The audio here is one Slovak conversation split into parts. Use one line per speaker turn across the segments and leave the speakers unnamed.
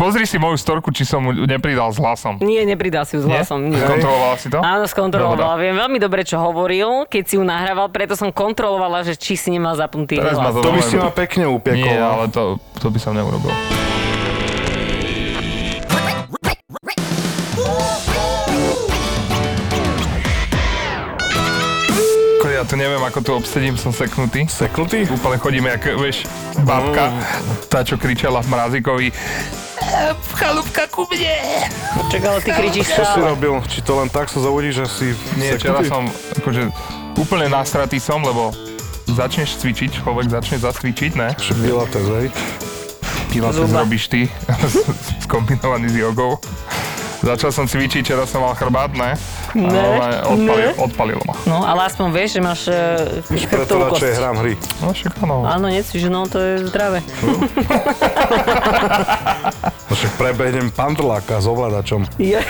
Pozri si moju storku, či som ju nepridal s hlasom.
Nie, nepridal si ju s
Nie?
hlasom. Nie.
Kontrolovala si to?
Áno, skontrolovala.
Dohoda.
Viem veľmi dobre, čo hovoril, keď si ju nahrával, preto som kontrolovala, že či si nemal zapnutý
Teraz ma
hlas.
to
To by si ma no. pekne upekol.
Nie, ale to, to by som neurobil. Ko, Ja to neviem, ako tu obsedím, som seknutý.
Seknutý?
Úplne chodíme, jak, vieš, babka, tá, čo kričala v mrazíkovi.
Čak, ale ty kričíš
Čo si
stále.
robil? Či to len tak sa zavodíš, že si
Nie, včera
seknutý?
som akože úplne nastratý som, lebo začneš cvičiť, človek začne zacvičiť, ne?
Že Pilates, hej?
Pilates
Zumba.
robíš ty, skombinovaný s jogou. Začal som cvičiť, včera som mal chrbát, ne?
Ne,
Ale odpali,
ne.
odpalilo ma.
No, ale aspoň vieš, že máš uh,
Preto
chrbtovú
radšej
kosť.
hrám hry.
No však áno.
Áno, necvič, no to je zdravé.
No Však prebehnem pandrláka s ovládačom,
Ja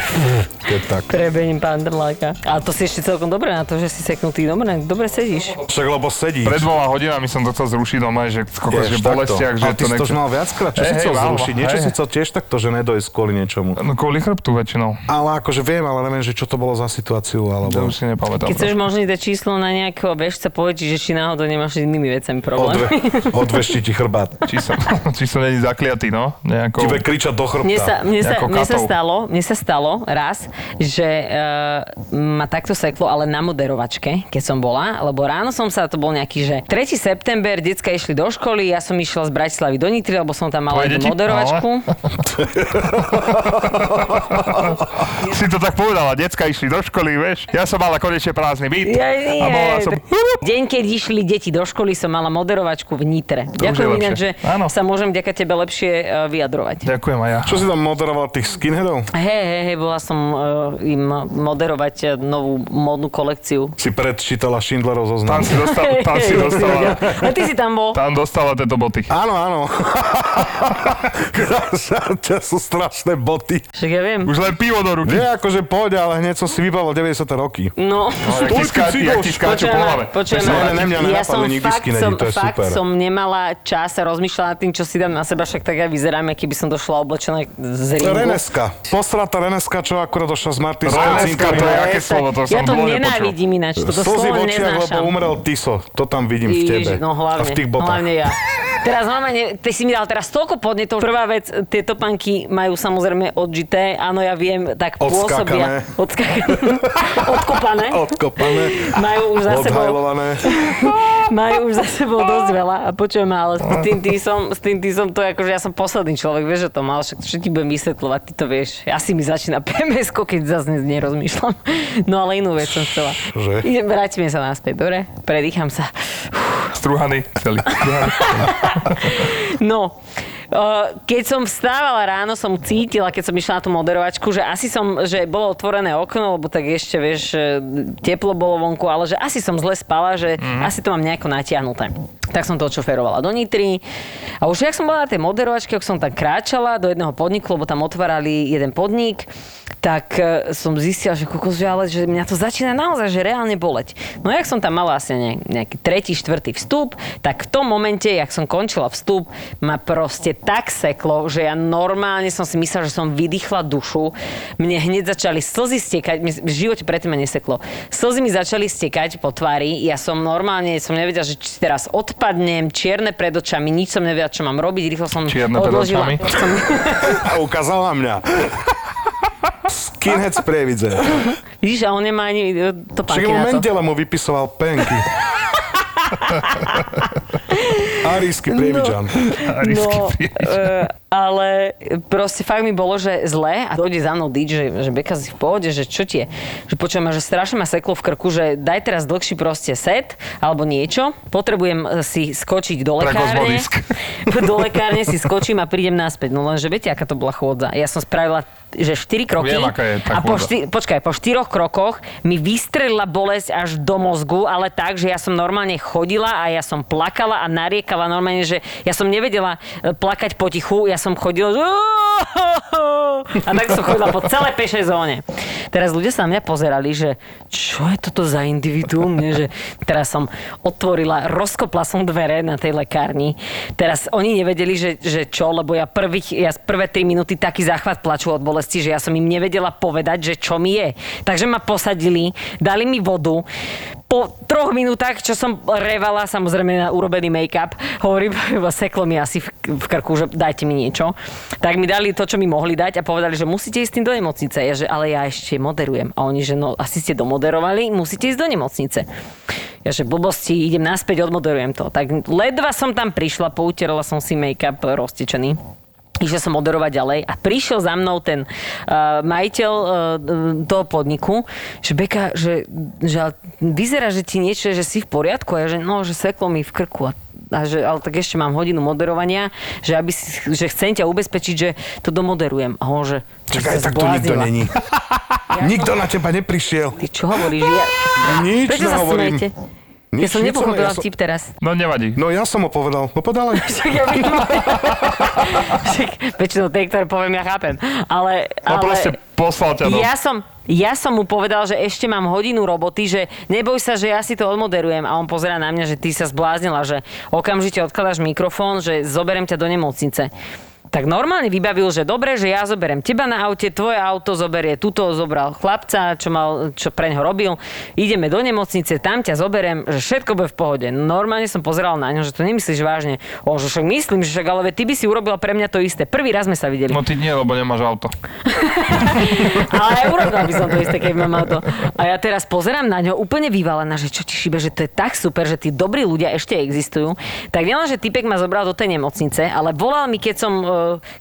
keď tak.
prebením pandrláka. A to si ešte celkom dobre na to, že si seknutý. Dobre, dobre sedíš.
Však lebo sedíš.
Pred dvoma hodinami som to chcel zrušiť doma, že skoko, že v
Vieš, takto.
bolestiach, že
Ale ty
to
si to už
nechce.
mal viackrát, čo
Hej,
si
hej,
chcel
mal,
zrušiť? Niečo
hej.
si chcel tiež takto, že nedojsť kvôli niečomu.
No kvôli chrbtu väčšinou.
Ale akože viem, ale neviem, že čo to bolo za situáciu,
To
alebo...
už si nepamätám.
Keď chceš možno dať číslo na nejakého bežca, povedz, že či náhodou nemáš s inými vecami
Odve,
problém.
odvešti ti chrbát.
Či som, či som není zakliatý, no? Nejakou...
Ti bude kričať do chrbta.
Mne sa, mne, sa,
Ako
mne, sa
katov.
stalo, mne sa stalo raz, že e, ma takto seklo, ale na moderovačke, keď som bola, lebo ráno som sa, to bol nejaký, že 3. september, decka išli do školy, ja som išla z Bratislavy do Nitry, lebo som tam mala
Tvoje
jednu
deti?
moderovačku.
Si to tak povedala, decka išli do školy, vieš. Ja som mala konečne prázdny byt.
Ja, nie.
a bola som...
Deň, keď išli deti do školy, som mala moderovačku v Nitre.
To už je
Ďakujem ináč,
lepšie.
že
Áno.
sa môžem vďaka tebe lepšie e, vyjadrovať.
Ďakujem aj ja.
Čo si tam moderoval tých skinheadov?
Hej, hej, hej, bola som e, im moderovať e, novú modnú kolekciu.
Si predčítala Schindlerov zoznam.
Tam si dostal, tam si
Hej,
dostala,
A ty si tam bol.
tam dostala tieto boty.
Áno, áno. to sú strašné boty.
Však ja viem.
Už len pivo do ruky.
Nie, akože poď, ale hneď som si vybavil 90. roky.
No.
Jak ti ská- jak ti skáču po hlave.
počujem.
Ne, ne, ne, mňa
ja
nenapadli
som
nikdy
fakt,
skinheadi,
som,
to je
fakt
super.
som nemala čas a rozmýšľala nad tým, čo si dám na seba, však tak ja vyzerám, aký by som došla oblečená z ringu.
Reneska. Posratá Reneska, čo akurát došla z Martinsa.
Reneska, to je aké slovo, to
ja
som
to
dlho nepočul.
nenávidím ináč, toto
Slzy v
slovo
očiach, lebo
neznášam.
umrel Tiso. To tam vidím v
Ježiš,
tebe.
No hlavne,
a v tých botách.
hlavne ja. Teraz normálne, ty si mi dal teraz toľko podnetov. Prvá vec, tie topánky majú samozrejme odžité, áno, ja viem, tak pôsobia.
Odskákané.
Odskakané. Odkopané.
Odkopané,
Majú už za sebou
odhajlované.
Majú už za sebou dosť veľa a počujem, ale s tým ty som, s tým ty som to, je akože ja som posledný človek, vieš, že to mal, však všetky budem vysvetľovať, ty to vieš. Asi mi začína pms keď zase dnes nerozmýšľam. No ale inú vec som chcela.
Že?
Idem, vráťme sa naspäť, dobre? Predýcham sa.
Struhaný celý. Struhaný.
No, Uh, keď som vstávala ráno, som cítila, keď som išla na tú moderovačku, že asi som, že bolo otvorené okno, lebo tak ešte, vieš, eh, teplo bolo vonku, ale že asi som zle spala, že asi to mám nejako natiahnuté. Tak som to odšoferovala do Nitry. A už jak som bola na tej moderovačke, ak som tam kráčala do jedného podniku, lebo tam otvárali jeden podnik, tak eh, som zistila, že kokos, že, ale, že mňa to začína naozaj, že reálne boleť. No jak som tam mala asi ne- nejaký tretí, štvrtý vstup, tak v tom momente, jak som končila vstup, ma proste tak seklo, že ja normálne som si myslela, že som vydýchla dušu. Mne hneď začali slzy stiekať, mne v živote predtým ma neseklo. Slzy mi začali stiekať po tvári, ja som normálne, som nevedela, že či teraz odpadnem, čierne pred očami, nič som nevedela, čo mám robiť, rýchlo som
Čierne pred
odložila.
očami.
som,
A ukázala mňa. Skinhead z Prievidze.
vidíš, a on nemá ani e, to
Však
panky
mu
na to.
Mendele mu vypisoval penky. Arísky prievidžan.
Arísky
No,
prievidžan.
e, ale proste fakt mi bolo, že zle a dojde za mnou DJ, že, že Beka si v pohode, že čo ti je, že počujem, že strašne ma seklo v krku, že daj teraz dlhší proste set alebo niečo, potrebujem eh, si skočiť do
Pre
lekárne,
kozmodisk.
do lekárne si skočím a prídem naspäť, no lenže viete, aká to bola chôdza, ja som spravila že 4 kroky
Viem, aká je tá
a po
chôdza.
šty- počkaj, po štyroch krokoch mi vystrelila bolesť až do mozgu, ale tak, že ja som normálne chodila a ja som plakala a nariekala normálne, že ja som nevedela e, plakať potichu, ja som chodila že... a tak som chodila po celé pešej zóne. Teraz ľudia sa na mňa pozerali, že čo je toto za individuum, nie? že teraz som otvorila, rozkopla som dvere na tej lekárni. Teraz oni nevedeli, že, že čo, lebo ja, prvých, ja prvé 3 minúty taký záchvat plaču od bolesti, že ja som im nevedela povedať, že čo mi je. Takže ma posadili, dali mi vodu. Po troch minútach, čo som revala, samozrejme na urobený make-up, hovorím, iba seklo mi asi v, v krku, že dajte mi niečo. Tak mi dali to, čo mi mohli dať a povedali, že musíte ísť s tým do nemocnice. Ja, že ale ja ešte moderujem. A oni, že no asi ste domoderovali, musíte ísť do nemocnice. Ja, že blbosti, idem naspäť, odmoderujem to. Tak ledva som tam prišla, poutierala som si make-up roztečený išla som moderovať ďalej a prišiel za mnou ten uh, majiteľ uh, toho podniku, že Beka, že, že ale vyzerá, že ti niečo, že si v poriadku a ja, že no, že seklo mi v krku a a že, ale tak ešte mám hodinu moderovania, že, aby si, že chcem ťa ubezpečiť, že to domoderujem. A on, že... že
Čakaj,
sa
tak tu nikto
zbláznila.
není. Nikto na teba neprišiel.
Ty čo hovoríš? Ja...
Nič
Prečo sa
nehovorím.
smejete? Ja
Nič,
som
nič
nepochopila
ja som-
vtip teraz.
No nevadí.
No ja som ho povedal. No povedal aj.
Však ja viem. Však Väčšinou tie, ktoré poviem, ja chápem. Ale,
No
ale...
proste poslal ťa do...
Ja som, ja som mu povedal, že ešte mám hodinu roboty, že neboj sa, že ja si to odmoderujem. A on pozera na mňa, že ty sa zbláznila, že okamžite odkladáš mikrofón, že zoberem ťa do nemocnice. Tak normálne vybavil, že dobre, že ja zoberiem teba na aute, tvoje auto zoberie, tuto zobral chlapca, čo, mal, čo pre ňo robil, ideme do nemocnice, tam ťa zoberiem, že všetko bude v pohode. Normálne som pozeral na ňo, že to nemyslíš vážne. On, že však myslím, že však ale veď ty by si urobila pre mňa to isté. Prvý raz sme sa videli.
No ty nie, lebo nemáš auto.
Ale aj urobila by som to isté, keď mám auto. A ja teraz pozerám na ňo úplne vyvalená, že čo ti šibe, že to je tak super, že tí dobrí ľudia ešte existujú. Tak nielen, že typek ma zobral do tej nemocnice, ale volal mi, keď som,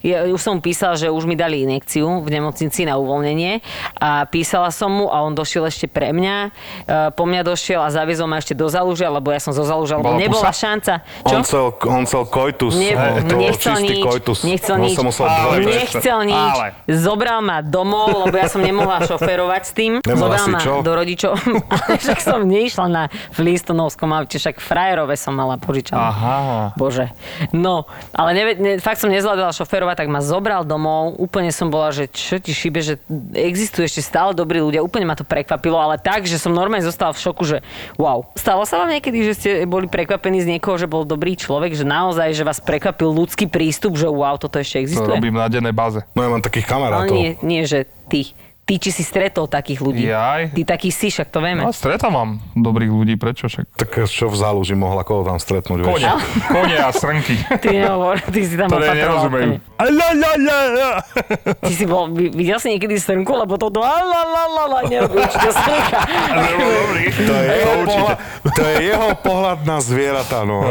e, ja už som písal, že už mi dali injekciu v nemocnici na uvoľnenie a písala som mu a on došiel ešte pre mňa. E, Po mňa došiel a zaviezol ma ešte do Zalužia, lebo ja som zo Zalužia, lebo
Bola
nebola
pusa?
šanca.
On chcel, on chcel koitus.
Ne,
Hej, to bol
nechcel
čistý
nič,
koitus.
nechcel
on
nič,
sa musel
Ale
dvoriť.
nie-
nechcel nič,
Ale.
zobral ma domov, lebo ja som nemohla šoferovať s tým,
Nemohla
zobral
si
ma
čo?
do rodičov, ale však som neišla na, v Listonovskom aute, však frajerové som mala požičané.
Aha.
Bože. No, ale neve, ne, fakt som nezvládala šoférovať, tak ma zobral domov. Úplne som bola, že čo ti šíbe, že existujú ešte stále dobrí ľudia. Úplne ma to prekvapilo, ale tak, že som normálne zostala v šoku, že wow. Stalo sa vám niekedy, že ste boli prekvapení z niekoho, že bol dobrý človek, že naozaj, že vás prekvapil ľudský prístup, že wow, toto ešte
To
existuje?
robím na dennej báze.
No ja mám takých
ale
kamarátov.
nie, nie, že ty. Ty, či si stretol takých ľudí.
Jaj.
Ty taký si, však to vieme.
No, stretávam dobrých ľudí, prečo však?
Tak čo v záluži mohla koho tam stretnúť, vieš?
Kone, kone a srnky.
Ty nehovor, ty si tam
Ktoré
opatroval.
nerozumejú.
Ty si bol, vi- videl si niekedy srnku, lebo to do la la la la la nerobí určite srnka.
To je, jeho pohľad, to je jeho pohľad na zvieratá, no.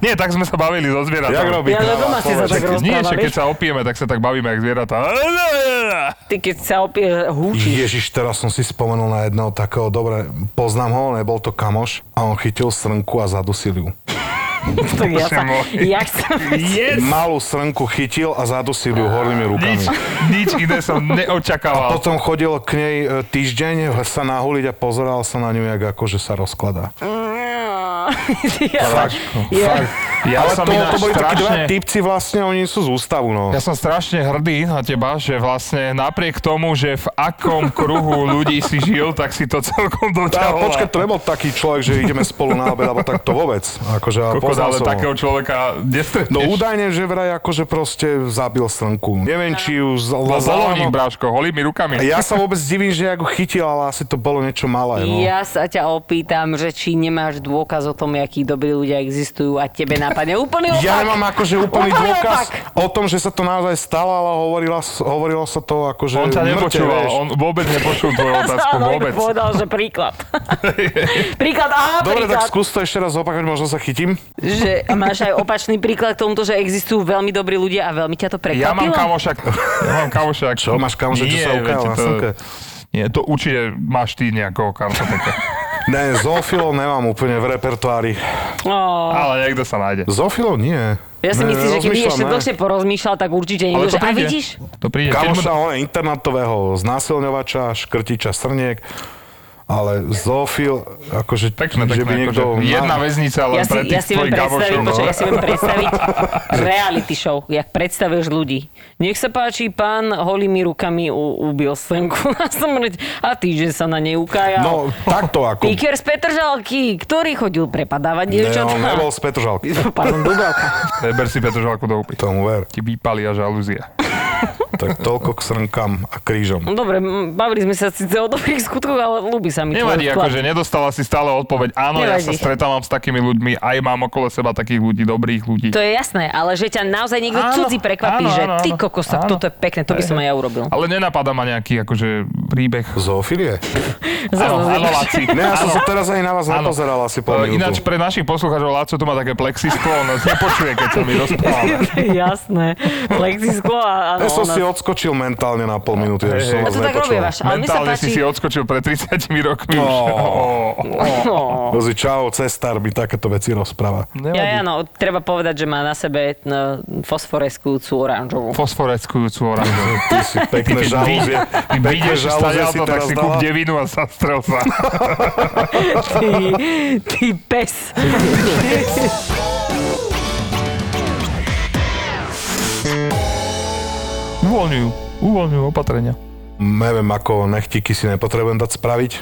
Nie, tak sme sa bavili so zvieratami.
Jak robí
Ja že
kráva,
doma ste sa
povedz.
tak
Nie, však
rozprávali.
keď sa opijeme, tak sa tak bavíme, jak zvieratá.
Ty keď sa opieš, húči.
Ježiš, teraz som si spomenul na jedného takého, dobre, poznám ho, nebol to kamoš, a on chytil srnku a zadusil ju.
Tak ja
Bože
sa,
môj.
ja chcem...
Yes!
Malú srnku chytil a zadusil ju hornými
Nič,
rukami.
nič iné som neočakával.
Potom chodil k nej e, týždeň sa nahuliť a pozeral sa na ňu, jak akože sa rozkladá.
Ja sa, ja,
Ja
Ale
som
to,
ináč
to boli takí dva
strašne-
typci vlastne, oni sú z ústavu, no.
Ja som strašne hrdý na teba, že vlastne napriek tomu, že v akom kruhu ľudí si žil, tak si to celkom
Tá,
doťahol.
počkaj, to nebol taký človek, že ideme spolu na obed, alebo tak to vôbec. Akože, ale
Kokos,
poznal
ale
som ho.
takého človeka nestretneš.
No údajne, že vraj akože proste zabil slnku. Neviem, či ju z-
Vo volovník,
zalamo-
No, bráško, holými rukami.
Ja sa vôbec divím, že ako chytil, ale asi to bolo niečo malé. No.
ja sa ťa opýtam, že či nemáš dôkaz o tom, akí dobrí ľudia existujú a tebe chápania. Úplný opak.
Ja mám akože úplný
Úplný
dôkaz
opak.
o tom, že sa to naozaj stalo, ale hovorilo, hovorilo sa to akože...
On ťa
mŕte,
nepočúval,
vieš.
on vôbec nepočul tvoju otázku,
Áno,
vôbec.
povedal, že príklad. príklad A,
Dobre,
príklad.
tak skús to ešte raz opakovať, možno sa chytím.
Že máš aj opačný príklad k tomuto, že existujú veľmi dobrí ľudia a veľmi ťa to prekvapilo.
Ja mám kamoša, ja mám kamoša.
Čo, máš kamoša, čo
Nie,
sa ukázal
viete,
na
to-
slnke?
Nie, to určite máš ty nejakého kamoša také.
Ne, zoofilov nemám úplne v repertoári.
Oh,
Ale niekto sa nájde.
Zoofilov nie.
ja si
Ne,
myslím, že keby
rozmýšľam,
ešte
ne.
dlhšie porozmýšľal, tak určite
Ale
niekto,
to
že a
príde.
vidíš,
To príde. Keď mu
Kamoša,
dá-
on internetového znásilňovača, škrtiča, srniek, ale zoofil, akože,
Pekné, pekné.
že by niekto...
akože jedna väznica len
ja si,
pre
ja
tých
si viem
tvojich
predstaviť,
gabošov. no.
počkaj, ja si viem predstaviť reality show, jak predstavuješ ľudí. Nech sa páči, pán holými rukami u, ubil senku na smrť a týždeň sa na nej ukájal.
No, takto ako...
Piker z Petržalky, ktorý chodil prepadávať
Ne, on
dievčatá.
nebol z Petržalky.
Pardon, Dubravka.
Neber si Petržalku do úpy.
Tomu ver.
Ti vypali a žalúzia.
Tak toľko k srnkám a krížom.
No Dobre, m, bavili sme sa síce o dobrých skutkoch, ale ľúbi sa mi
Nevadí,
tvoj vklad.
akože nedostala si stále odpoveď. Áno, ja sa
Nevadí.
stretávam s takými ľuďmi, aj mám okolo seba takých ľudí, dobrých ľudí.
To je jasné, ale že ťa naozaj niekto
Áno,
cudzí prekvapí,
áno,
že
áno,
ty
áno.
kokos, tak
Áno.
toto je pekné, to by som aj ja urobil.
Ale nenapadá ma nejaký akože príbeh.
Zoofilie?
Áno, áno, Laci.
Ne, ja som
Áno.
sa teraz ani na vás
Áno.
nepozeral asi po
E, Ináč pre našich poslucháčov Láco tu má také plexisklo, on nás nepočuje, keď sa my rozprávame.
jasné, plexisklo a... áno,
Ja som
ona-
si odskočil mentálne na pol minúty,
Hej, hej.
že som
A
vás
to tak
nepočul.
robievaš, ale mi sa
Mentálne si si
páči...
odskočil pred 30 rokmi už.
Ó.
Ó, ó.
No.
Rozi, čau, cestár by takéto veci rozpráva.
Ja,
Nevadí.
ja, no, treba povedať, že má na sebe no, fosforeskujúcu oranžovú.
Fosforeckujúcu oranžu.
Ty si pekné
Keď
žalúzie,
vy-
pekné
vyjdeš z
žalúzie si
auto, tak
teraz
si kúp
dala.
devinu a zastrel sa.
Ty, ty pes.
Uvoľňujú, uvoľňujú opatrenia.
Neviem, ako nechtíky si nepotrebujem dať spraviť.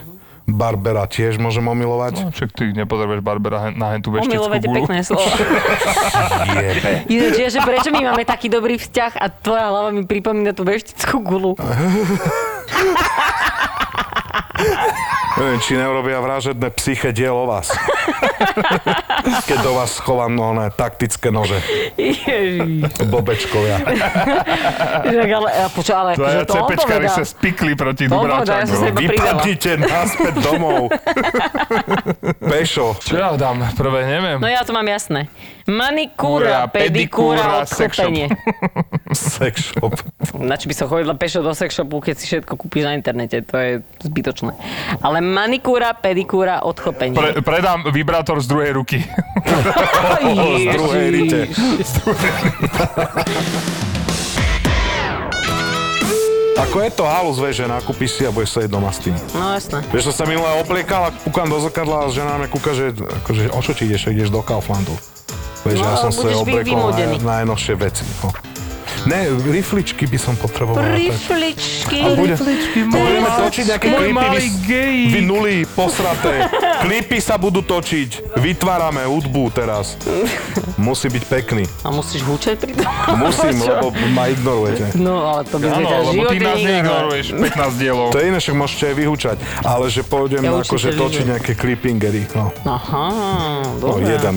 Barbera tiež môžem omilovať.
No, však ty nepotrebuješ Barbera hen- na hentu vešteckú
Omilovať je
gulu.
pekné slovo. No.
Jebe.
Ináč, ja, že prečo my máme taký dobrý vzťah a tvoja hlava mi pripomína tú veštickú gulu.
Neviem, či neurobia vražedné psyche dielo vás. Keď do vás schovám oné taktické nože,
Eh.
Ježiš.
bobečkovia.
Inak ale, a poču, ale
Dvaja
akože to on
cepečkári
povedal.
sa spikli proti no.
To on povedal, ja som sa
Dubravčaku.
iba pridala.
Vypadnite naspäť domov. Pešo.
Čo ja dám? Prvé, neviem.
No ja to mám jasné. Manikúra, pedikúra,
sex shop.
odkopenie.
Sex shop.
Na čo by som chodila pešo do sex shopu, keď si všetko kúpiš na internete, to je zbytočné. Ale manikúra, pedikúra, odchopenie.
Pre, predám vibrátor z druhej ruky.
Z druhej rite. Ako je to halus, vieš, že nakúpiš si a budeš sedieť doma s tým.
No jasné.
Vieš, som sa minule obliekal a kúkam do zrkadla a žena na mňa kúka, že akože, o čo ti ideš, že ideš do Kauflandu. Vieš,
No,
ja som sa
budeš vy-
obliekol
vymúdený.
na najnovšie veci. No. Ne, rifličky by som potreboval.
Rifličky.
bude- Budeme
Rifličky.
točiť nejaké
Môj
klipy, vy,
malý gej.
vy nulí, posraté. klipy sa budú točiť. Vytvárame hudbu teraz. Musí byť pekný.
A musíš húčať pri tom?
Musím,
Čo?
lebo ma ignorujete.
No, ale to by sme
Áno,
ťa v
lebo ty
živote
nás
neignorovali.
neignoruješ 15 dielov.
To je iné, však môžete aj vyhučať. Ale že pôjdem
Ja
akože
určite
točiť
vyhujem.
nejaké klipingery. No,
Aha,
no
dobre.
jeden.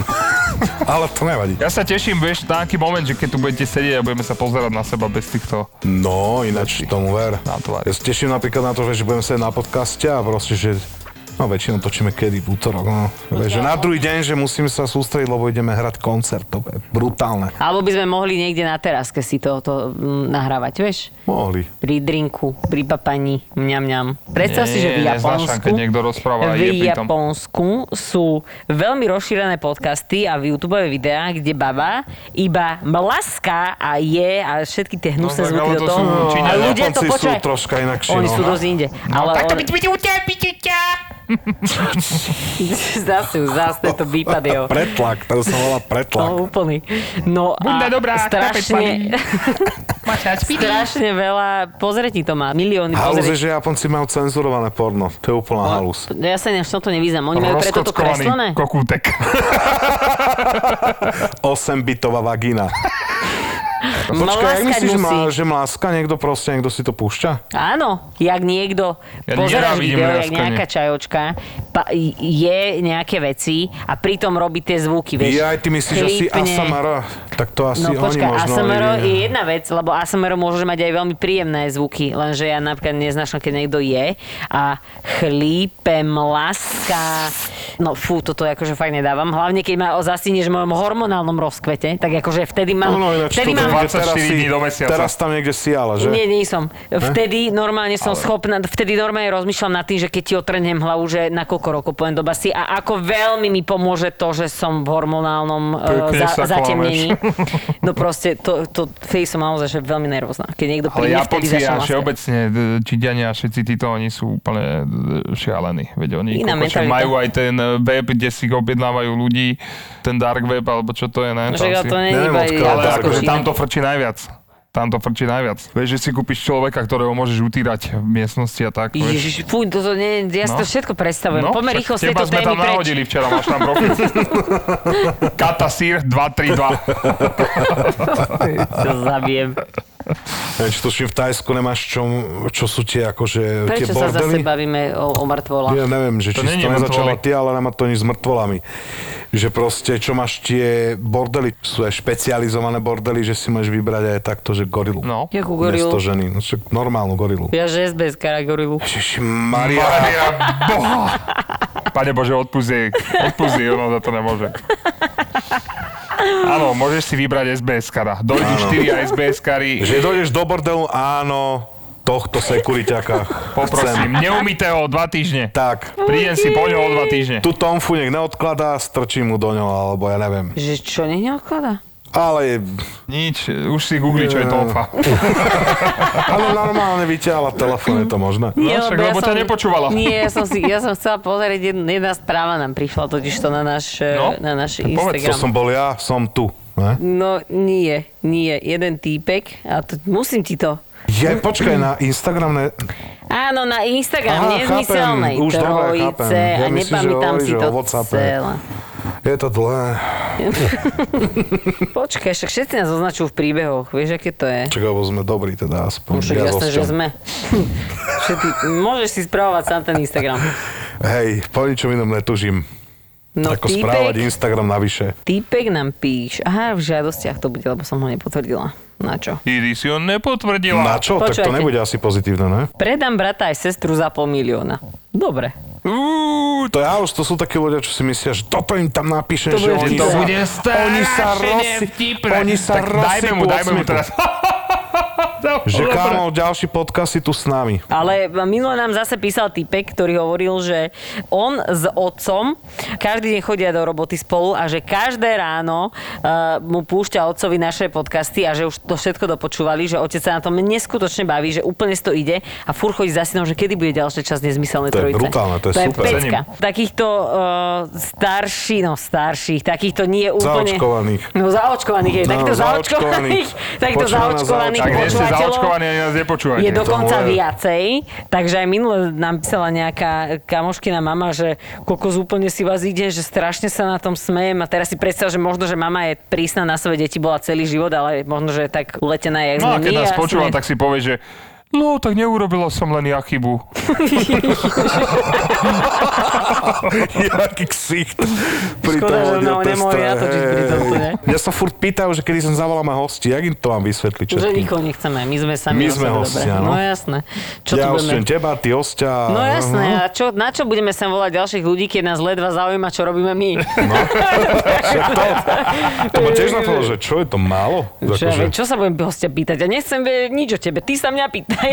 Ale to nevadí.
Ja sa teším, vieš, na aký moment, že keď tu budete sedieť a budeme sa pozerať na seba bez týchto...
No, ináč tomu ver.
Na tvár.
Ja sa teším napríklad na to, že budeme sedieť na podcaste a proste, že No väčšinou točíme kedy, v útorok, no. Vieš, že na druhý deň, že musíme sa sústrediť, lebo ideme hrať koncert, to je brutálne.
Alebo by sme mohli niekde na teraske si to, to mm, nahrávať, vieš?
Mohli.
Pri drinku, pri papaní, mňam, mňam. Predstav si, že v
Nie, neznášam,
Japonsku...
keď niekto rozpráva a je
v
pri tom.
Japonsku sú veľmi rozšírené podcasty a YouTube videá, kde baba iba mlaská a je a všetky tie
No tak
hnusné zvuky
ale
do
to
toho.
sú Číňania.
a
Ale
ľudia to
Japonci sú
počúvajú.
troška inakší,
Oni
no.
sú dosť inde. ale on... Zase, zase tento výpad je. o-
Pretlak, to sa volá pretlak.
No, úplný. No
Buďme
a
dobrá,
strašne, strašne veľa pozretí to má, milióny
Halus
pozretí.
je, že Japonci majú cenzurované porno. To je úplná halus.
No Ja sa neviem, v tomto nevyznam. Oni majú preto to
Rozkockovaný
kreslené?
kokútek.
8-bitová vagina. Počkaj, jak
Mláskať
myslíš, že,
No, musí.
má, že mláska niekto proste, niekto si to púšťa?
Áno, jak niekto
Ja
pozera
nenávidím
video, jak
mraskanie.
nejaká čajočka pa, je nejaké veci a pritom robí tie zvuky, vieš.
Ja aj ty myslíš asi
Chlípne.
ASMR, tak to asi
No
oni
počkaj,
možno.
ASMR
nie.
je jedna vec, lebo ASMR môže mať aj veľmi príjemné zvuky, lenže ja napríklad neznášam, keď niekto je a chlípe, mlaská. No fú, toto akože fakt nedávam. Hlavne, keď ma zastíneš v mojom hormonálnom rozkvete, tak akože vtedy mám...
Ono ináč
vtedy
toto
mám
niekde
24
teraz si-
dní do mesiaca.
Teraz tam niekde siala, že?
Nie, nie som. Vtedy normálne som schopná, vtedy normálne rozmýšľam nad tým, že keď ti otrhnem hlavu, že na koľko rokov poviem do basy a ako veľmi mi pomôže to, že som v hormonálnom uh,
Pekne sa klameš.
za, zatemnení. No proste, to, to, vtedy som naozaj že veľmi nervózna. Keď niekto
Ale
príde, vtedy
Japonci
začnem
a
vlastne.
všeobecne, d- Číňania, všetci títo, oni sú úplne d- šialení. Veď oni
Iná
kokoče,
mentalita.
majú aj ten e, web, kde si objednávajú ľudí, ten dark web, alebo čo to je, ne?
No, Že
Tam si-
to nie je
Neviem,
iba
Ale
odkiaľ to
japonsko-
akože
Čína.
tam to frčí najviac. Tam to frčí najviac. Vieš, že si kúpiš človeka, ktorého môžeš utírať v miestnosti a tak. Vieš.
Ježiš, fuj, to, to nie, ja si
No.
to všetko predstavujem. Poďme
však
rýchlo z
teba
tejto
sme
témy
tam
preč.
nahodili včera, máš tam profil. Katasír 232.
To zabijem.
Neviem, či tuším, v Tajsku nemáš čo, čo sú tie akože tie
Prečo sa zase
bordely?
bavíme o, o mŕtvolách?
Ja neviem, že
To
či si
není
to nezačala
mŕtvoly.
ty, ale nemá to nič s mŕtvolami. Že proste, čo máš tie bordely, sú aj špecializované bordely, že si môžeš vybrať aj takto, že gorilu.
No.
Jakú gorilu?
Miesto ženy, no, však normálnu gorilu.
Ja že SBS gorilu.
Ježiši Maria.
Maria Boha. Pane Bože, odpust jej. Odpust jej, ono za to nemôže. Áno, môžeš si vybrať SBS kara. Dojdi 4 a SBS kary.
Že dojdeš do bordelu, áno, tohto sekuriťaka. chcem.
Poprosím, neumite ho dva týždne.
Tak,
Prídem si po ňo o dva týždne.
tu tomfu nech neodkladá, strčím mu do ňoho, alebo ja neviem.
Že čo, nech neodkladá?
Ale,
Nič, už si googli, čo je to opa.
ale normálne vyťahla telefón, je to možné.
No, však, lebo ťa nepočúvala.
Nie, ja som, si, ja som chcela pozrieť, jedna, jedna správa nám prišla totiž to na náš, e,
No,
na náš
tak povedz,
To
Instagram.
som bol ja, som tu. Ne?
No nie, nie, jeden týpek, a to, musím ti to.
Je, počkaj, na Instagram ne...
Áno, na Instagram,
Aha,
nezmyselnej
chápem, už dobre,
trojice,
chápem. Ja
a
myslím,
nepamätám
že hovorí,
si
že
to
o WhatsAppe.
celé.
je to dlhé.
Počkaj, však všetci nás označujú v príbehoch, vieš, aké to je? No,
Čakaj, lebo sme dobrí teda aspoň.
Však
ja
jasné,
so
že
Sťom.
sme. Všetci, môžeš si spravovať sám ten Instagram.
Hej, po ničom inom netužím.
No
Ako správať
týpek,
Instagram navyše.
týpek nám píš. Aha, v žiadostiach to bude, lebo som ho nepotvrdila. Na čo?
Ty si ho nepotvrdila.
Na čo? Tak to
Počúvajte.
nebude asi pozitívne, ne?
Predám brata aj sestru za pol milióna. Dobre.
Uú,
To ja už, to sú takí ľudia, čo si myslia, že toto im tam napíšem,
To
že
bude
oni
vtipné. To
sa,
bude
oni sa
strašne
rozsi,
vtipné.
oni sa
tak dajme mu,
rozsypú od
dajme mu
smiechu.
teraz.
Že kámo, ďalší podcast si tu s nami.
Ale minule nám zase písal typek, ktorý hovoril, že on s otcom každý deň chodia do roboty spolu a že každé ráno uh, mu púšťa otcovi naše podcasty a že už to všetko dopočúvali, že otec sa na tom neskutočne baví, že úplne si to ide a fur chodí za synom, že kedy bude ďalšia časť nezmyselnej
To je
trojice.
brutálne, to je super.
pecka. Takýchto uh, starší, no starších, takýchto nie úplne...
Zaočkovaných.
No zaočkovaných, je,
No,
takýchto zaočkovaných,
zaočkovaných.
takýchto
Počúva nás
zaočkovaných
Tak nie ste
počúvateľov
zaočkovaní, ani nás nepočúvate.
je dokonca
moje.
viacej, takže aj minule nám písala nejaká kamoškina mama, že kokos úplne si vás ide, že strašne sa na tom smejem a teraz si predstav, že možno, že mama je prísna na svoje deti, bola celý život, ale možno, že je tak uletená, jak
No a
sme
keď
my
nás
a
počúva,
sme-
tak si povie, že No, tak neurobila som len ja chybu.
Jaký ksicht. Pri
Škoda, že
audio
no, nemôžu
teste.
natočiť pri tomto, ne?
Hej. Ja sa furt pýtajú, že kedy som zavolal ma hosti, jak im to mám vysvetliť
Že
všetkým?
nikoho nechceme, my sme sami
My
o
sme
sebe
hostia,
dobre.
no.
No jasné. Čo tu
Ja
budeme...
hostím teba, ty hostia.
No jasné, a čo, na čo budeme sem volať ďalších ľudí, keď nás ledva zaujíma, čo robíme my? No,
To ma tiež napadlo, že čo je to málo?
čo, ja
Akože,
viem, čo sa budem hostia pýtať? Ja nechcem vedieť nič o tebe, ty sa mňa pýtaj.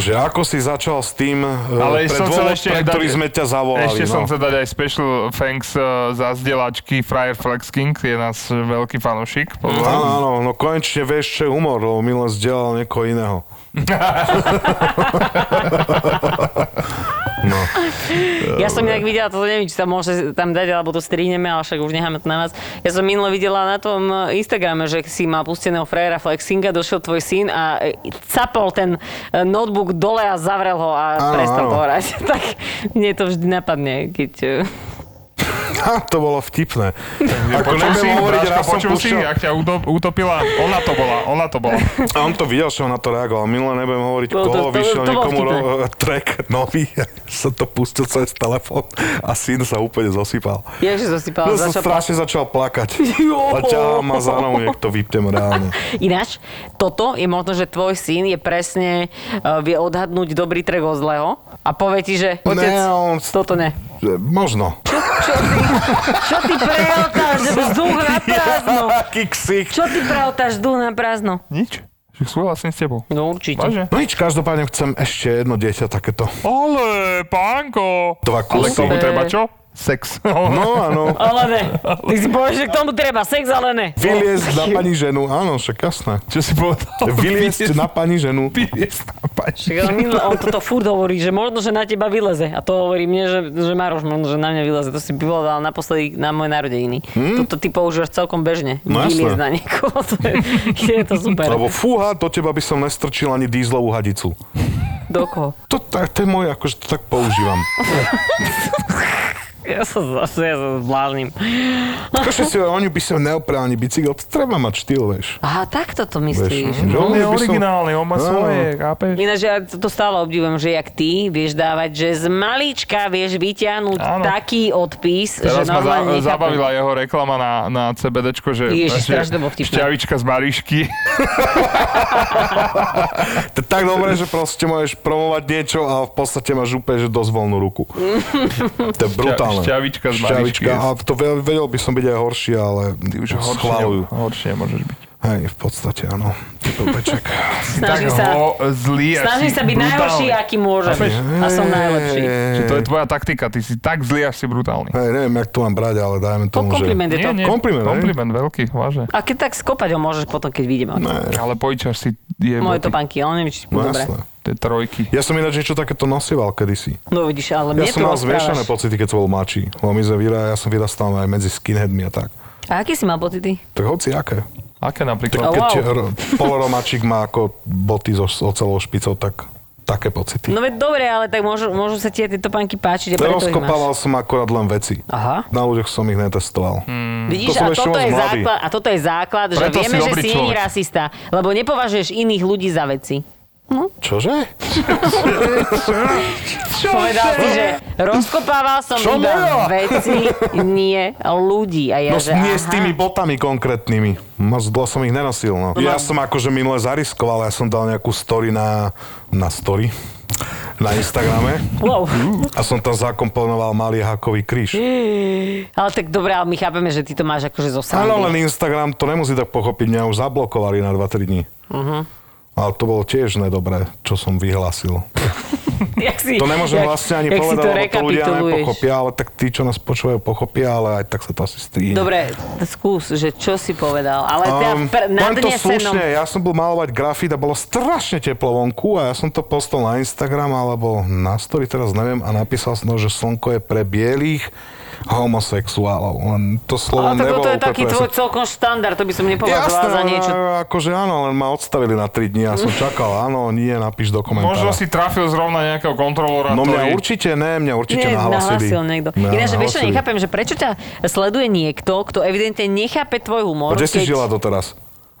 že ako si začal s tým, e,
Ale
ale
som
No, pre
chcel
dôvod,
ešte
pre
dať-
ktorý sme ťa zavolali.
Ešte
no.
som chcel dať aj special thanks uh, za zdieľačky Friar Flex King, je nás veľký fanúšik.
Áno,
Pozor.
áno, no konečne vieš, čo je humor, lebo minule vzdelal niekoho iného. no,
Ja som inak videla, toto neviem, či sa môže tam dať, alebo to strihneme, ale však už necháme to na vás. Ja som minule videla na tom e, Instagrame, že si mal pusteného frajera Flexinga, došiel tvoj syn a e, capol ten e, notebook dole a zavrel ho a
Áno,
prestal
áno.
to hrať. tak mne to vždy napadne, keď... e,
to bolo vtipné. Ako
Počul si,
nebudem hovoriť,
Bráško,
raz som
počul si,
púšťal-
jak ťa udo- utopila? Ona to bola, ona to bola.
A on to videl, že on na to reagoval. Minule nebudem hovoriť,
Bolo to-
koho
to-
vyšiel
to bolo
niekomu
vtipné.
ro- track nový. sa to pustil cez telefón a syn sa úplne zosypal.
Ježiš, zosypala,
No,
no,
som
začala...
strašne začal plakať.
Jo.
A ťahal ma za nohu, nech to vypnem reálne.
Ináč, toto je možno, že tvoj syn je presne, uh, vie odhadnúť dobrý trek od zlého a povie ti, že otec,
Ne, on-
toto ne.
Že Možno.
Čo ty, čo ty preotáš vzduch na prázdno?
Aký ksich.
Čo ty preotáš vzduch na prázdno?
Nič. Že Súhlasím s tebou.
No určite.
Vážne?
No nič, každopádne chcem ešte jedno dieťa takéto.
Ale, pánko.
Dva
Ale k
kusy.
tomu treba čo? Sex.
No áno.
Ale ne. Ty si povieš, že k tomu treba sex, ale ne.
Vyliezť na pani ženu, áno, však jasné.
Čo si povedal?
Vyliezť No. na pani ženu.
Vyliezť na páči.
Však ale minule on toto furt hovorí, že možno, že na teba vyleze. A to hovorí mne, že, že Maroš možno, že na mňa vyleze. To si vyvolal naposledy na moje narodeniny. Hmm? Toto ty používaš celkom bežne.
Hm? No jasné.
Vyliezť na niekoho. To je, je to super.
Lebo fúha, do teba by som nestrčil ani dízlovú hadicu.
Do koho?
To, to, to je moje, akože to tak používam.
Ja sa zase ja sa zvlážnim.
Akože si oni by som neoprel ani bicykel, treba mať štýl, vieš.
Aha, takto to
vieš
myslíš.
že
No, On
by
je
som-
originálny, on má
Áno.
svoje, chápeš?
Ináč ja to stále obdivujem, že jak ty vieš dávať, že z malička vieš vyťahnuť
Áno.
taký odpis,
Teraz ma
že
za,
normálne nechápem.
zabavila jeho reklama na, na CBDčko, že,
Ježiš,
že
strašne bol vtipný.
šťavička z Marišky.
To je tak dobré, že proste môžeš promovať niečo a v podstate máš úplne, že dosť voľnú ruku. To je brutálne.
šťavička z
Šťavička.
Marišky.
A to ve- vedel by som byť aj horší, ale už schválujú.
Horšie, horšie môžeš byť.
Hej, v podstate áno. Ty blbeček.
Snažím
tak
sa,
Ho, zlý a
snažím
si
sa byť
brutálny.
najhorší, aký môžem. A som najlepší.
Hej,
Že to je tvoja taktika, ty si tak zlý, až si brutálny.
Hej, neviem, jak to mám brať, ale dajme
To
tomu, že...
kompliment je to.
Kompliment, hej?
kompliment veľký, vážne.
A keď tak skopať ho môžeš potom, keď vidím.
Ne,
Ale pojčaš si je
Moje topánky, ale neviem, či
no
bude dobre.
jasné.
tie trojky.
Ja som ináč niečo takéto nosieval kedysi.
No vidíš, ale
Ja
mne tu
som mal
rozprávaš.
zmiešané pocity, keď som bol mladší. Lebo my sme vyra, ja som vyrastal aj medzi skinheadmi a tak.
A aký si mal pocity?
Tak hoci aké.
Aké
Tak
napríklad?
Oh,
keď
wow.
r- poloromačík má ako boty so s- ocelovou špicou, tak také pocity.
No veď dobre, ale tak môžu, môžu sa ti tie topánky páčiť, a preto ich máš.
Rozkopával som akorát len veci.
Aha.
Na ľuďoch som ich netestoval.
Vidíš,
Hmm. To som
a
ešte
toto,
moc
je
mladý.
základ, a toto je základ, že
Preto si
vieme, že
dobrý
si
človek.
není rasista, lebo nepovažuješ iných ľudí za veci.
Čože?
Povedal si, že rozkopával som
Čo
iba
mňa?
veci, nie ľudí. A ja,
No
že
s- nie s
aha.
tými botami konkrétnymi. Moc dlho som ich nenosil. No. Ja som akože minule zariskoval, ja som dal nejakú story na, na story na Instagrame
Wow.
a som tam zakomponoval malý hakový kríž.
Ale tak dobré, ale my chápeme, že ty to máš akože zo srandy.
Áno, len Instagram to nemusí tak pochopiť, mňa už zablokovali na 2-3 dní. Uh-huh.
Mhm.
Ale to bolo tiež nedobré, čo som vyhlásil.
Jak si,
To nemôžem
jak-
vlastne ani
jak si
povedať,
to
lebo to ľudia
rekapituluješ.
nepochopia, ale tak tí, čo nás počúvajú, pochopia, ale aj tak sa to asi stríne.
Dobre, t- skús, že čo si povedal. Ale um, teda
Um,
pr- na
poviem to
dnesenom...
slušne, ja som bol malovať grafit a bolo strašne teplo vonku a ja som to postol na Instagram alebo na story, teraz neviem, a napísal som, že slnko je pre bielých homosexuálov. Len to slovo
Ale tak
nebolo
to je
úplne
taký tvoj
presne.
celkom štandard, to by som nepovažoval za niečo.
akože áno, len ma odstavili na 3 dní a som čakal, áno, nie, napíš do komentára.
Možno si trafil zrovna nejakého kontrolóra,
No
ktorý...
mňa určite ne, mňa určite
Nie,
nahlasili.
nahlasil niekto.
Mňa
Ináč, že vieš čo,
nahlasili.
nechápem, že prečo ťa sleduje niekto, kto evidentne nechápe tvoj humor.
Kde si žila doteraz?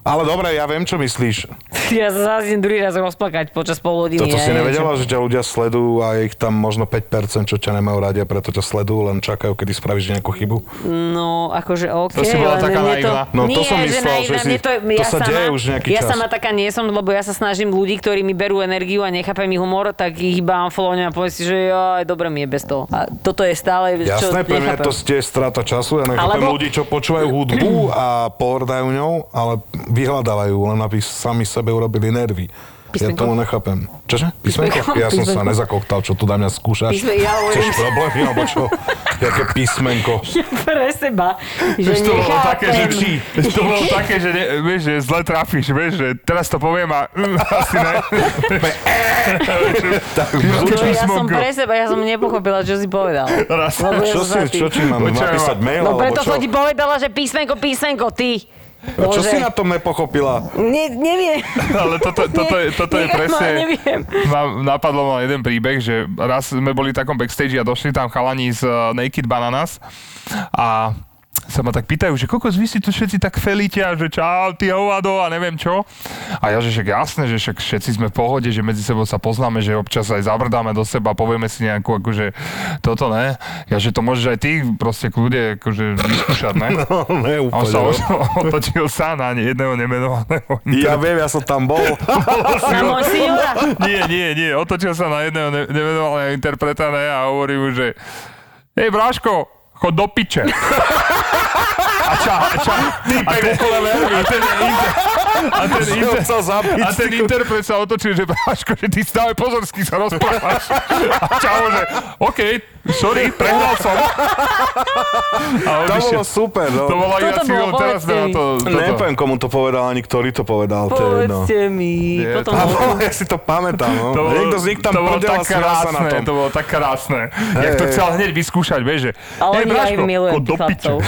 Ale dobre, ja viem, čo myslíš.
Ja sa zase druhý raz rozplakať počas pol hodiny. ja
Toto si
neviem, čo.
nevedela, že ťa ľudia sledujú a je ich tam možno 5%, čo ťa nemajú radi a preto ťa sledujú, len čakajú, kedy spravíš nejakú chybu.
No, akože
To
OK.
si bola
len
taká
mne to...
naivná.
No, to
Nie,
som
že
myslel, že
naivná,
si-
mne to,
to
ja
sa
sama,
deje už nejaký
Ja
čas.
sama taká nie som, lebo ja sa snažím ľudí, ktorí mi berú energiu a nechápem ich humor, tak ich iba unfollowujem a poviem si, že joj, dobre mi je bez toho. A toto je stále, čo
Jasné, pre
nechápem.
mňa to ste strata času, ja nechápem
Alebo-
ľudí, čo počúvajú hudbu a pohrdajú ňou, ale vyhľadávajú, len aby sami sebe urobili nervy. Ja
Písmenko.
tomu nechápem. Čože? Písmenko? Ja som sa
Písmenko.
nezakoktal, čo tu na mňa skúšaš.
Písme- ja hovorím-
Chceš problémy, alebo čo? Jaké písmenko?
pre seba, že
Vieš, to bolo také, že,
nechápem.
vieš, to bolo také, že, ne, vieš, že zle trafíš, vieš, že teraz to poviem a mm, asi ne.
Tak,
No,
Čo
ja som
smogo?
pre seba, ja som nepochopila, čo si povedal.
Raz.
Lebo ja
čo
som
si,
za tým.
čo ti mám
Počúvaj ma.
napísať mail,
No
alebo
preto
čo?
som ti povedala, že písmenko, písmenko, ty.
A čo
Bože.
si na tom nepochopila?
Ne, neviem.
Ale toto, toto, je, toto je
Nie,
presne...
ma- neviem.
Ma, napadlo ma jeden príbeh, že raz sme boli v takom backstage a došli tam chalani z uh, Naked Bananas a sa ma tak pýtajú, že kokos, vy si tu všetci tak felíte a že čau, ty hovado a neviem čo. A ja, že však jasné, že však všetci sme v pohode, že medzi sebou sa poznáme, že občas aj zabrdáme do seba, povieme si nejakú, akože toto ne. Ja, že to môžeš aj ty proste kľude, akože vyskúšať, ne?
No, ne,
A on
úplne.
sa
no.
o- otočil sa na jedného nemenovaného
Ja vlastne- viem, ja som tam bol.
Na
No.
môj signora.
nie, nie, nie. Otočil sa na jedného ne- nemenovaného interpreta ne, a hovorí mu, že Hej, Bráško, chod do piče. A ča, ča, a ten, a ten, inter, a ten,
Som
inter,
chcel zabiť.
a ten
ty kokos.
interpret sa otočil, že Bráško, že ty stále pozorský sa rozprávaš. A čau, že OK, sorry, prehral som. A
To
odišiel.
bolo super, no.
To bola ja
Toto
si
bolo,
teraz
povedzte
na
mi.
to... toto.
Nepoviem, komu to povedal, ani ktorý to povedal. To je jedno.
Povedzte mi.
Je,
Potom
to-
A bolo, ja si to pamätám, no.
To bolo,
Niekto z nich tam
to bolo
prdel a
tak
smial sa na
krásne,
tom.
to bolo tak krásne. Jak to
hej.
chcel hneď vyskúšať, vieš, že...
Ale
"Hej,
ja ich
Braško,
milujem,
chod do
tých
piče."
chlapcov.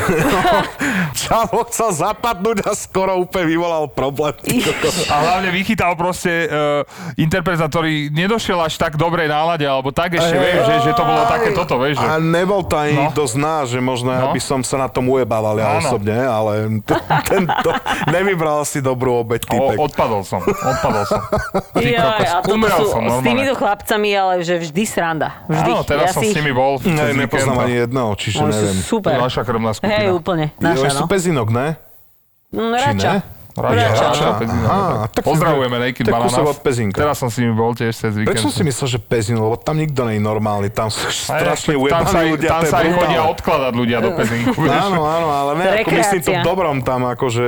Čavo chcel zapadnúť a skoro úplne vyvolal problém. ty kokos.
A hlavne vychytal proste uh, interpreta, ktorý nedošiel až tak dobrej nálade, alebo tak ešte,
Hej.
vieš, že, že to bolo také toto, vieš, že...
A nebol to ani
No.
nikto z nás, že možno ja
No.
by som sa na tom ujebával ja
Áno.
osobne, ale t- tento nevybral si dobrú obeď
O,
týpek.
odpadol som, odpadol som. Ty
Joj,
kokos,
a toto
umrel
sú
som
S
normálne.
týmito chlapcami, ale že vždy sranda. Vždy.
Áno, teraz
Ja
som s
si ich-
nimi bol. cez
Ne,
víkend a-
nepoznám ani jedného, čiže
Oni sú
neviem.
To je
super.
naša krvná skupina.
Hej, úplne.
Joj,
Naša,
sú
no.
pezinok, ne?
Mm,
Či
Rača.
ne?
Rača,
Rača,
Rača,
no.
Pezina,
Aha,
dobre.
tak-
Pozdravujeme Naked
tak
Bananas.
kúsok od Pezinka.
Teraz som s nimi bol tiež cez víkend.
Prečo som si myslel, že pezin, lebo tam nikto nie je normálny, tam sú
Hej,
strašne
tam sa, aj-
ujebaní ľudia,
tam
to je
sa aj chodia
brutál.
odkladať ľudia do pezinku. vieš.
Áno, áno, ale ne, ako
Rekreácia.
myslím to v dobrom tam, akože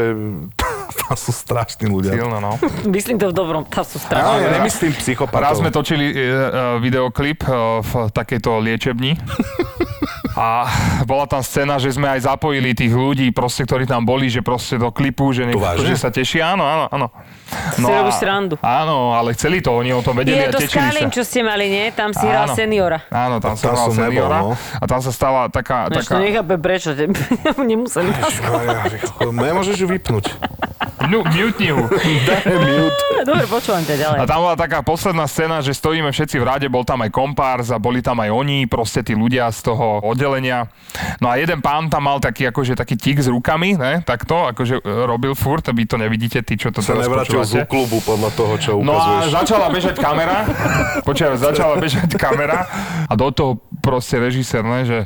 tam sú strašní ľudia.
Silno, no.
Myslím to v dobrom. Tá sú
Áno,
strašné.
ja nemyslím
Raz
psychopatov.
sme točili e, e, videoklip e, v takejto liečebni a bola tam scéna, že sme aj zapojili tých ľudí, proste, ktorí tam boli, že proste do klipu, že, niekto,
vážne?
že sa tešia, áno, áno, áno.
Si robíš srandu.
Áno, ale chceli to, oni o tom vedeli
Je
a
to
tešili
Skalin,
sa.
čo ste mali, nie? Tam si hral
Áno.
seniora.
Áno, tam, som
tam
hral
som nebol,
seniora
no.
a tam sa stala taká...
Ešte
taká
nechápem prečo, te- nemuseli maskovať.
Maria, že chod- Nemôžeš No ju vypnúť.
nu, mutnihu.
Dobre, počúvam ťa ďalej.
A tam bola taká posledná scéna, že stojíme všetci v rade, bol tam aj kompárs a boli tam aj oni, proste tí ľudia z toho oddelenia. No a jeden pán tam mal taký, akože taký tik s rukami, ne, takto, akože e, robil furt, vy to nevidíte, tí, čo to
Sa
teraz
nevrátil
počúvate.
z klubu podľa toho, čo
No a
ukazuješ.
začala bežať kamera, počujem, začala bežať kamera a do toho proste režisér, ne, že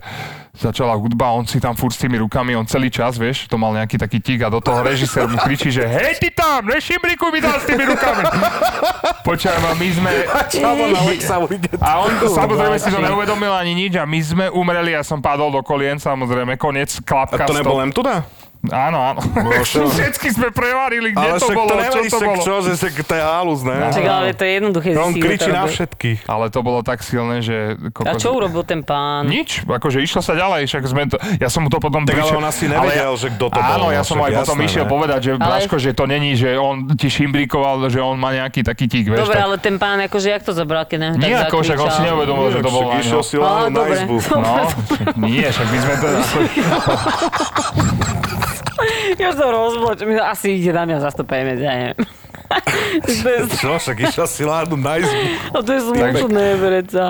začala hudba, on si tam furt s tými rukami, on celý čas, vieš, to mal nejaký taký tik a do toho režisér mu kričí, že hej ty tam, nešimriku mi tam s tými rukami. Počujem, a my sme...
Čavo na Lexa ujde.
A on samozrejme si to
Vážne.
neuvedomil ani nič a my sme umreli, ja som padol do kolien, samozrejme, konec, klapka.
A
stop.
to nebol len tuda?
Áno, áno.
čo?
Všetky sme prevarili, kde
Ale
to
však
bolo,
to
čo
nevadí,
to
však
bolo.
čo, že však to je halus, ne?
Čak, ale to je jednoduché.
No, on
zistiť,
kričí
kto to
na
robil.
všetkých.
Ale to bolo tak silné, že...
A
Kokos...
čo urobil ten pán?
Nič, akože išlo sa ďalej, však sme to, ja som mu to potom...
Tak ale on asi nevedel, že kto to bol,
Áno, ja
no,
som
však
aj potom
jasné,
išiel
ne?
povedať, že
Ale-
Braško, že to není, že on ti šimbrikoval, že on má nejaký taký tík, vieš.
Dobre,
tak...
ale ten pán, akože, jak to zabral, keď nám tak
Nie, ako však on si
zakričal?
neuvedomil, že to bolo... na ňo.
Však Išiel si len
Á,
na
dobre.
izbu.
No, však nie, však my sme to...
Ja som rozbloč, asi ide na mňa za 105 metrov, ja neviem. to je,
Čo, však išiel si len na izbu.
a to je smutné, preca.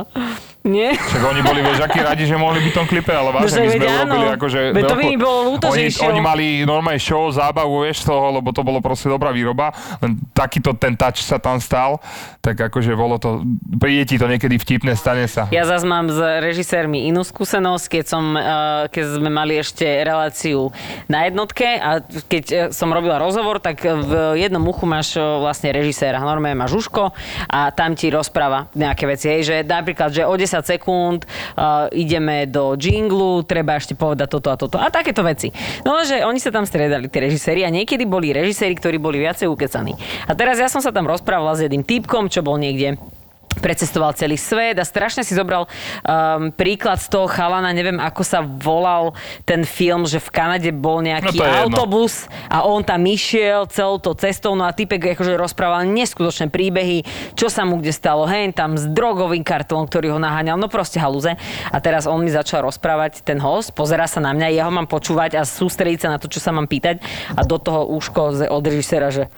Nie?
Však oni boli, vieš, akí radi, že mohli byť v tom klipe, ale
No,
vážne my
že
sme
veď áno.
urobili akože...
Veď to by
veľkú-
mi bolo no. ľúto, že
oni,
išiel.
oni mali normálne show, zábavu, vieš, z toho, lebo to bolo proste dobrá výroba, len takýto ten touch sa tam stal, tak akože bolo to, príde ti to niekedy vtipné, stane sa.
Ja zase mám s režisérmi inú skúsenosť, keď, som, eh, keď sme mali ešte reláciu na jednotke a keď eh, som robila rozhovor, tak v jednom uchu máš eh, vlastne režiséra, normálne máš uško a tam ti rozpráva nejaké veci. Hej, že napríklad, že o 10 sekúnd eh, ideme do jinglu, treba ešte povedať toto a toto a takéto veci. No lenže oni sa tam striedali, tí režiséri a niekedy boli režiséri, ktorí boli viacej ukecaní. A teraz ja som sa tam rozprávala s jedným typkom, čo bol niekde precestoval celý svet a strašne si zobral um, príklad z toho chalana, neviem ako sa volal ten film, že v Kanade bol
No
nejaký
to je jedno.
autobus a on tam išiel celou to cestou, no a typek akože rozprával neskutočné príbehy, čo sa mu kde stalo, hen tam s drogovým kartelom, ktorý ho naháňal, no proste halúze. A teraz on mi začal rozprávať ten host, pozera sa na mňa, ja ho mám počúvať a sústrediť sa na to, čo sa mám pýtať a do toho úško z- od režisera, že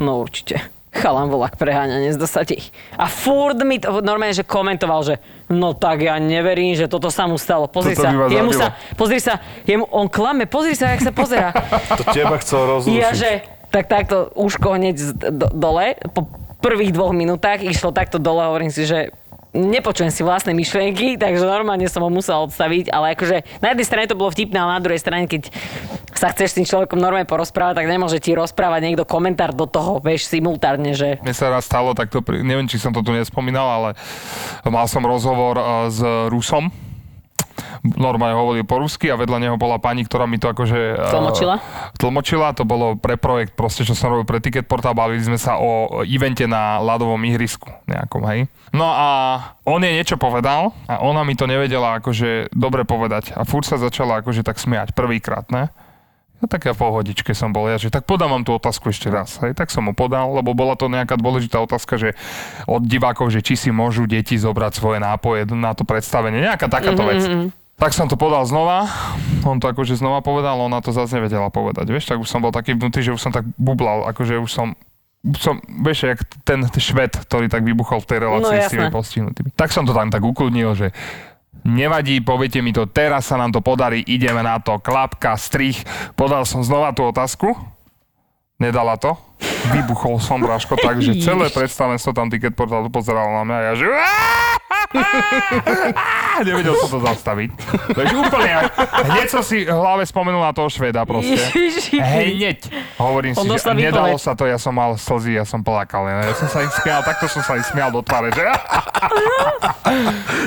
No určite. Chalan volak preháňa, nezdá sa ti. A furt mi to, normálne, že komentoval, že no tak ja neverím, že toto sa mu stalo. Pozri
Toto
sa,
by ma
jemu
zabilo.
sa, pozri sa, jemu, on klame, pozri sa, jak sa pozera.
To teba chcel rozrušiť.
ja, že, tak takto uško hneď z- do, dole, po prvých dvoch minútach išlo takto dole, hovorím si, že nepočujem si vlastné myšlienky, takže normálne som ho musela odstaviť, ale akože na jednej strane to bolo vtipné, ale na druhej strane, keď sa chceš s tým človekom normálne porozprávať, tak nemôže ti rozprávať niekto komentár do toho, vieš, simultárne, že
Mne sa raz stalo takto, pri- neviem, či som to tu nespomínal, ale mal som rozhovor eh, s Rusom. Normálne hovoril po rusky a vedľa neho bola pani, ktorá mi to akože... eh,
Tlmočila?
Tlmočila, to bolo pre projekt proste, čo som robil pre Ticketport a bavili sme sa o evente na ľadovom ihrisku nejakom, hej. No a on jej niečo povedal a ona mi to nevedela akože dobre povedať a furt sa začala akože tak smiať prvýkrát, ne? No tak ja v pohodičke som bol, ja že tak podám vám tú otázku ešte raz. Hej, tak som mu podal, lebo bola to nejaká dôležitá otázka, že od divákov, že či si môžu deti zobrať svoje nápoje na to predstavenie, nejaká takáto vec. Tak som to podal znova, on to akože znova povedal, ona to zase nevedela povedať, vieš, tak už som bol taký vnutý, že už som tak bublal, akože už som už som, vieš, jak ten švet, ktorý tak vybuchol v tej relácii
No,
s tými
jasné.
postihnutými. Tak som to tam tak ukludnil, že Nevadí, poviete mi to, teraz sa nám to podarí, ideme na to, klapka, strich. Podal som znova tú otázku, nedala to. Vybuchol som, Braško, tak, že celé predstavenstvo tam ticket portal pozeralo na mňa a ja že... "Á, Nevedel som to zastaviť. Takže úplne, hneď som si v hlave spomenul na toho Šveda proste.
Ježiši.
Hneď. Hovorím si,
On
že
dostal
nedalo
výpoveď.
sa to, ja som mal slzy, ja som plakal. Ja som sa im smial, takto som sa im smial do tváre, že...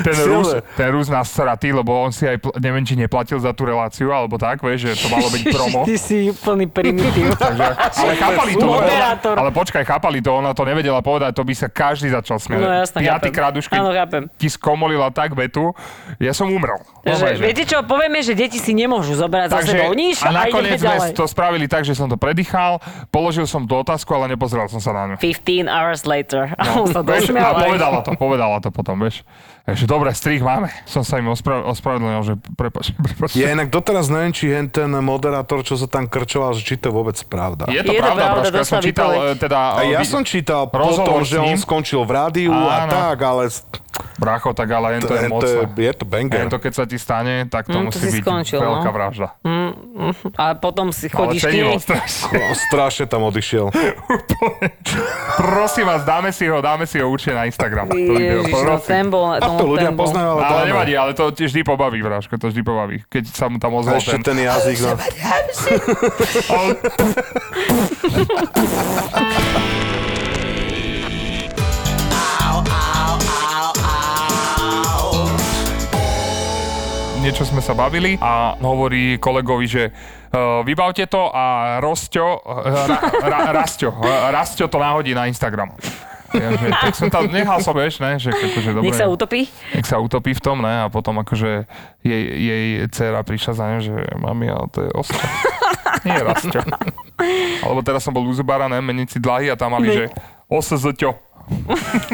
Ten
Silné.
Rus, ten Rus nás sratý, lebo on si aj, pl- neviem, či neplatil za tú reláciu, alebo tak, vieš, že to malo byť promo.
Ty si úplný primitív.
Takže, ale chápali to.
Moderátor.
Ale počkaj, chápali to, ona to nevedela povedať, to by sa každý začal smiať.
No jasné,
Piatýkrát
chápem.
už, keď
Áno, chápem.
ti skomolila tak vetu, ja som umrel. Normálne,
Že,
že-
viete čo, povieme, že deti si nemôžu zobrať za sebou nič
a
a, ideme
nakoniec sme
ďalej.
to spravili tak, že som to predýchal, položil som tú otázku, ale nepozeral som sa na ňu.
15 hours later. A
No.
on sa
Vieš,
dosmial.
ale povedala to, povedala to potom, vieš. Takže dobre, strich máme. Som sa im ospra- ospravedlnil, že prepač, prepač.
Ja inak doteraz neviem, či hen ten moderátor, čo sa tam krčoval, že či to je vôbec pravda.
Je to
Je to
pravda,
pravda,
Braško, ja som
dostal
čítal
výpoveď.
e, teda...
A
e,
ja
vi-
som čítal
rozhovor
potom,
s
že on
ním.
skončil v rádiu a
Áno.
tak, ale s-
Bracho, tak ale jen to je
hen to
mocné.
je, je to banger.
Jen to, keď sa ti stane, tak to
Mm, to
musí
si
byť
skončil, no.
veľká vražda.
A potom si
Ale
chodíš ty.
cenilo strašne.
No, strašne tam odišiel.
Prosím vás, dáme si ho, dáme si ho určite na Instagram. To video,
Ježiš, no
prosím.
ten bol,
A to ľudia
ten bol.
poznajú, ale, dáme.
Ale nevadí, ale to ti vždy pobaví, Vraško, to vždy pobaví. Keď sa mu tam
A
ozval
ešte
ten...
ten jazyk. No.
Ale- Niečo sme sa bavili a hovorí kolegovi, že uh, vybavte to a Rosťo, eh, ra, ra, Rasťo, eh, Rasťo to náhodí na Instagram. Ja, že, tak som tam nechal som, vieš, ne, že akože, dobre,
Nech sa utopí.
nech sa utopí v tom, ne, a potom akože jej, jej dcera prišla za ňou, že mami, ale to je ostra. Nie rasťo. Alebo teraz som bol u Zubára, ne, meniť si dlahy a tam mali, že osezťo.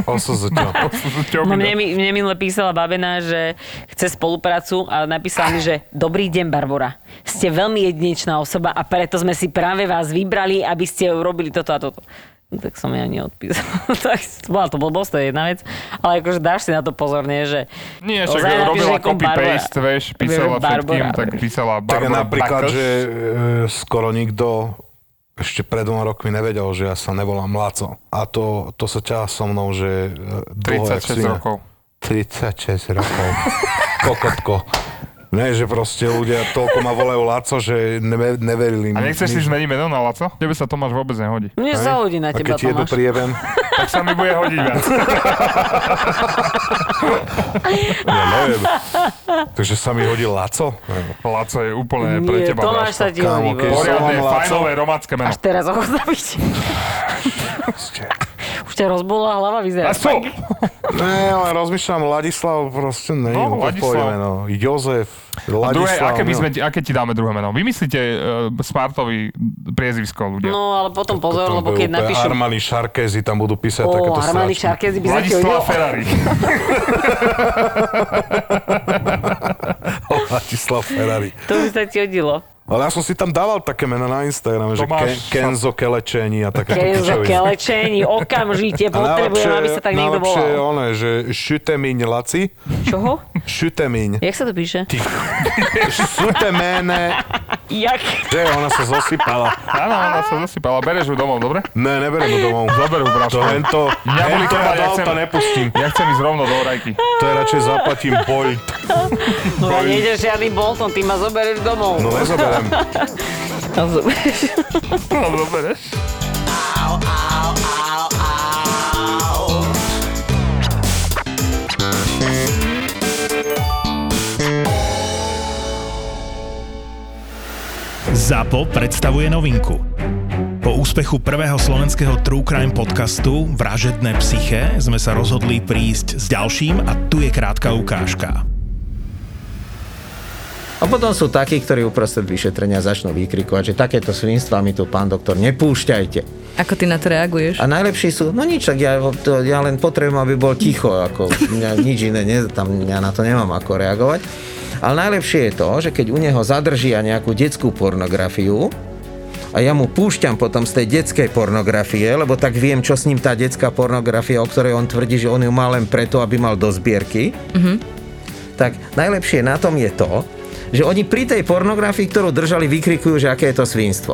On sa zatiaľ.
Osezťo.
No mne, mi- mne minule písala babena, že chce spoluprácu a napísala mi, že Dobrý deň, Barbora. Ste veľmi jedinečná osoba a preto sme si práve vás vybrali, aby ste urobili toto a toto. No, tak som ja neodpísala. tak bola to blbosť, to je jedna vec. Ale akože dáš si na to pozorne, že...
Nie, však
Ozaj napíš
robila
niekomu
copy-paste,
Barbora.
vieš, písala
Barbora,
všetkým, tak
vieš.
písala
Tak
Barbara
napríklad,
Bakoš.
že e, skoro nikto ešte pred dvoma rokmi nevedel, že ja sa nevolám Laco. A to, to sa ťahá so mnou, že e, dlho, jak
36
svina.
rokov.
36 rokov. Kokotko. Ne, že proste ľudia toľko ma volajú Laco, že neve, neverili mi.
A nechceš si zmeniť meno na Laco? Tebe sa Tomáš vôbec nehodí.
Mne sa hodí na
A
teba,
keď ti jednu
Tomáš.
prievem,
Tak sa mi bude hodiť viac.
ja neviem. Takže sa mi hodil Laco? no Neviem.
Laco je úplne pre
Nie,
teba.
Tomáš
Braško.
sa ti
Kámo,
hodí.
keď
bol.
som-
Poriadne,
Volám Laco.
fajnové, romácké meno.
Až teraz ho zabiť.
Proste.
Už ťa rozbola hlava, vyzerá.
A co?
Ne, ale rozmýšľam, Ladislav proste nie je
No,
no,
Ladislav.
úplne no. Jozef, Ladislav.
Druhé, aké, by
no.
sme, ti- aké ti dáme druhé meno? Vymyslíte uh, Smartovi priezvisko ľudia.
No, ale potom pozor,
Potom
lebo
bude
keď
úplne
napíšu...
Armani Šarkezi tam budú písať
Ó,
takéto
Armani
sračky.
Šarkezi by sa ti
Vladislav
hodil.
Ferrari.
Ladislav Ferrari.
To by sa ti hodilo.
Ale ja som si tam dával také mená na Instagrame, že
Tomáš
Ken, Kenzo Kelečení a takéto
Kenzo
pičoviny.
Kelečení, okamžite potrebujem, aby sa tak niekto
najlepšie je
volal.
ono, že šutemíň Laci,
Čoho?
šutemíň.
Jak sa to píše?
Ty šuteméne,
Jak?
že ona sa zosypala.
Áno, ona sa zasypala. Bereš ju domov, dobre?
Ne, neberiem ju domov.
Zober ju,
To
bráško.
len to,
Mňa
len
boli
to ja
kopa,
do
ja
auta
chcem-
nepustím.
Ja chcem ísť rovno do orajky.
To ja radšej zaplatím Bolt.
No ja nejdeš žiadny Bolton, ty ma zoberieš domov.
No nezoberiem.
A zoberieš.
No, dobre.
ZAPO predstavuje novinku. Po úspechu prvého slovenského True Crime podcastu Vražedné psyché sme sa rozhodli prísť s ďalším a tu je krátka ukážka.
A potom sú takí, ktorí uprostred vyšetrenia začnú vykrikovať, že takéto svinstva mi tu pán doktor nepúšťajte.
Ako ty na to reaguješ?
A najlepší sú, no nič, tak ja, to, ja len potrebujem, aby bol ticho, ako mňa, nič iné, ne, tam, ja na to nemám ako reagovať. Ale najlepšie je to, že keď u neho zadržia nejakú detskú pornografiu, a ja mu púšťam potom z tej detskej pornografie, lebo tak viem, čo s ním tá detská pornografia, o ktorej on tvrdí, že on ju má len preto, aby mal do zbierky. tak najlepšie na tom je to, že oni pri tej pornografii, ktorú držali, vykrikujú, že aké je to svinstvo.